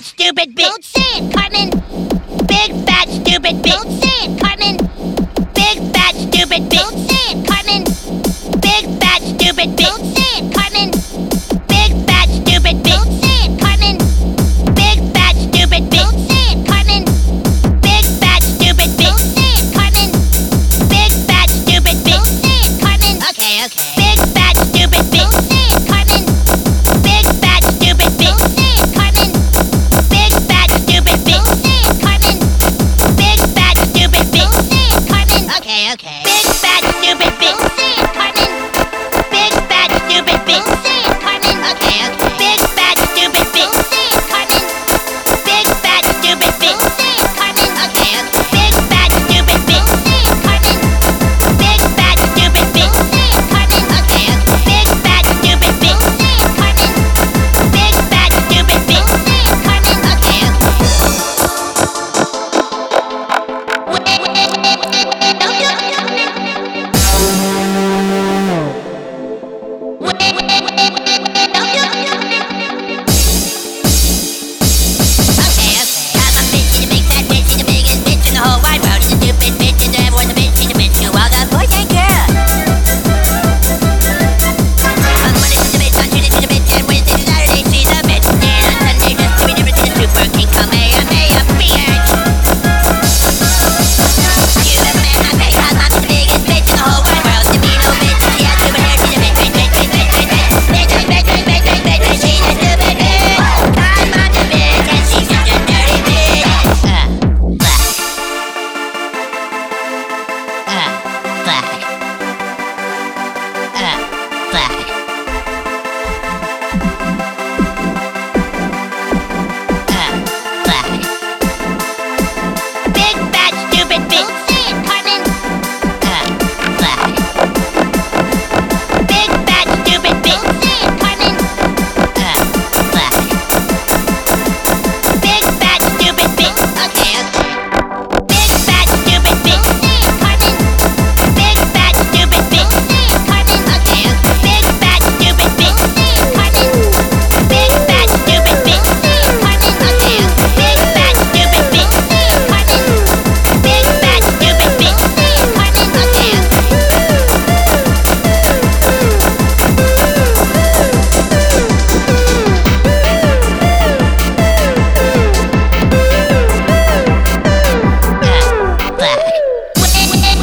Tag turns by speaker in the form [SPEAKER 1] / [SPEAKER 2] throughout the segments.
[SPEAKER 1] stupid bitch. Don't say it, Cartman. Big fat stupid bitch. Don't say it, Cartman. Big fat stupid bitch. Don't say it, Cartman. Big fat stupid bitch. Don't say it, Cartman. Big fat stupid bitch. Don't say it, Cartman. Big fat stupid bitch. Don't say it, Cartman. Big fat stupid bitch. Don't say it, Cartman. Big fat stupid bitch. Don't say it, Cartman. Okay, okay. Big fat stupid bitch. Don't say it, Cartman. Big fat stupid bitch. Don't say it, Cartman. Big fat stupid bitch. Don't say it, Cartman. Big fat stupid bitch. Don't say it, Cartman. Okay, okay. Big fat stupid bitch. Don't say it, Cartman. Big fat stupid bitch. Don't say it, Cartman. Okay, okay. Big fat stupid bitch. Don't say it, Cartman. Big fat stupid bitch. Don't say it, Cartman. Okay, okay. Big fat stupid bitch. Don't say it, Cartman. Big fat stupid bitch. Don't say it, Cartman. Okay, okay. Big fat stupid bitch. Don't say it, Cartman. Big fat stupid bitch. Don't say it, Cartman. Okay, okay. Thank you. Black. Big fat stupid bitch. Don't say it, Cartman. Uh, black. Big fat stupid bitch. Don't say it, Cartman. Uh, black. Big fat stupid bitch. Okay, okay. Big fat stupid bitch. Don't say it, Cartman. Big fat stupid bitch. Don't say it, Cartman. Okay, okay. Big fat stupid bitch. Don't say it, Cartman. Big fat stupid bitch. Don't say it, Cartman. Okay, okay. Big fat stupid bitch. Don't say it, Cartman. Big fat stupid bitch. Don't say it, Cartman. Okay, okay. Black.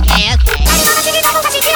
[SPEAKER 1] Okay, okay.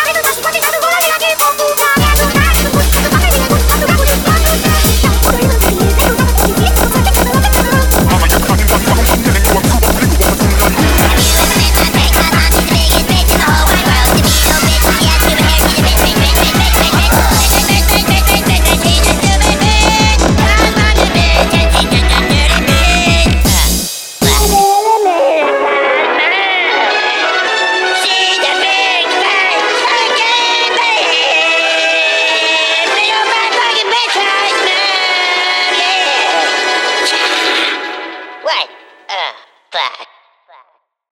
[SPEAKER 1] What? Uh, fuck.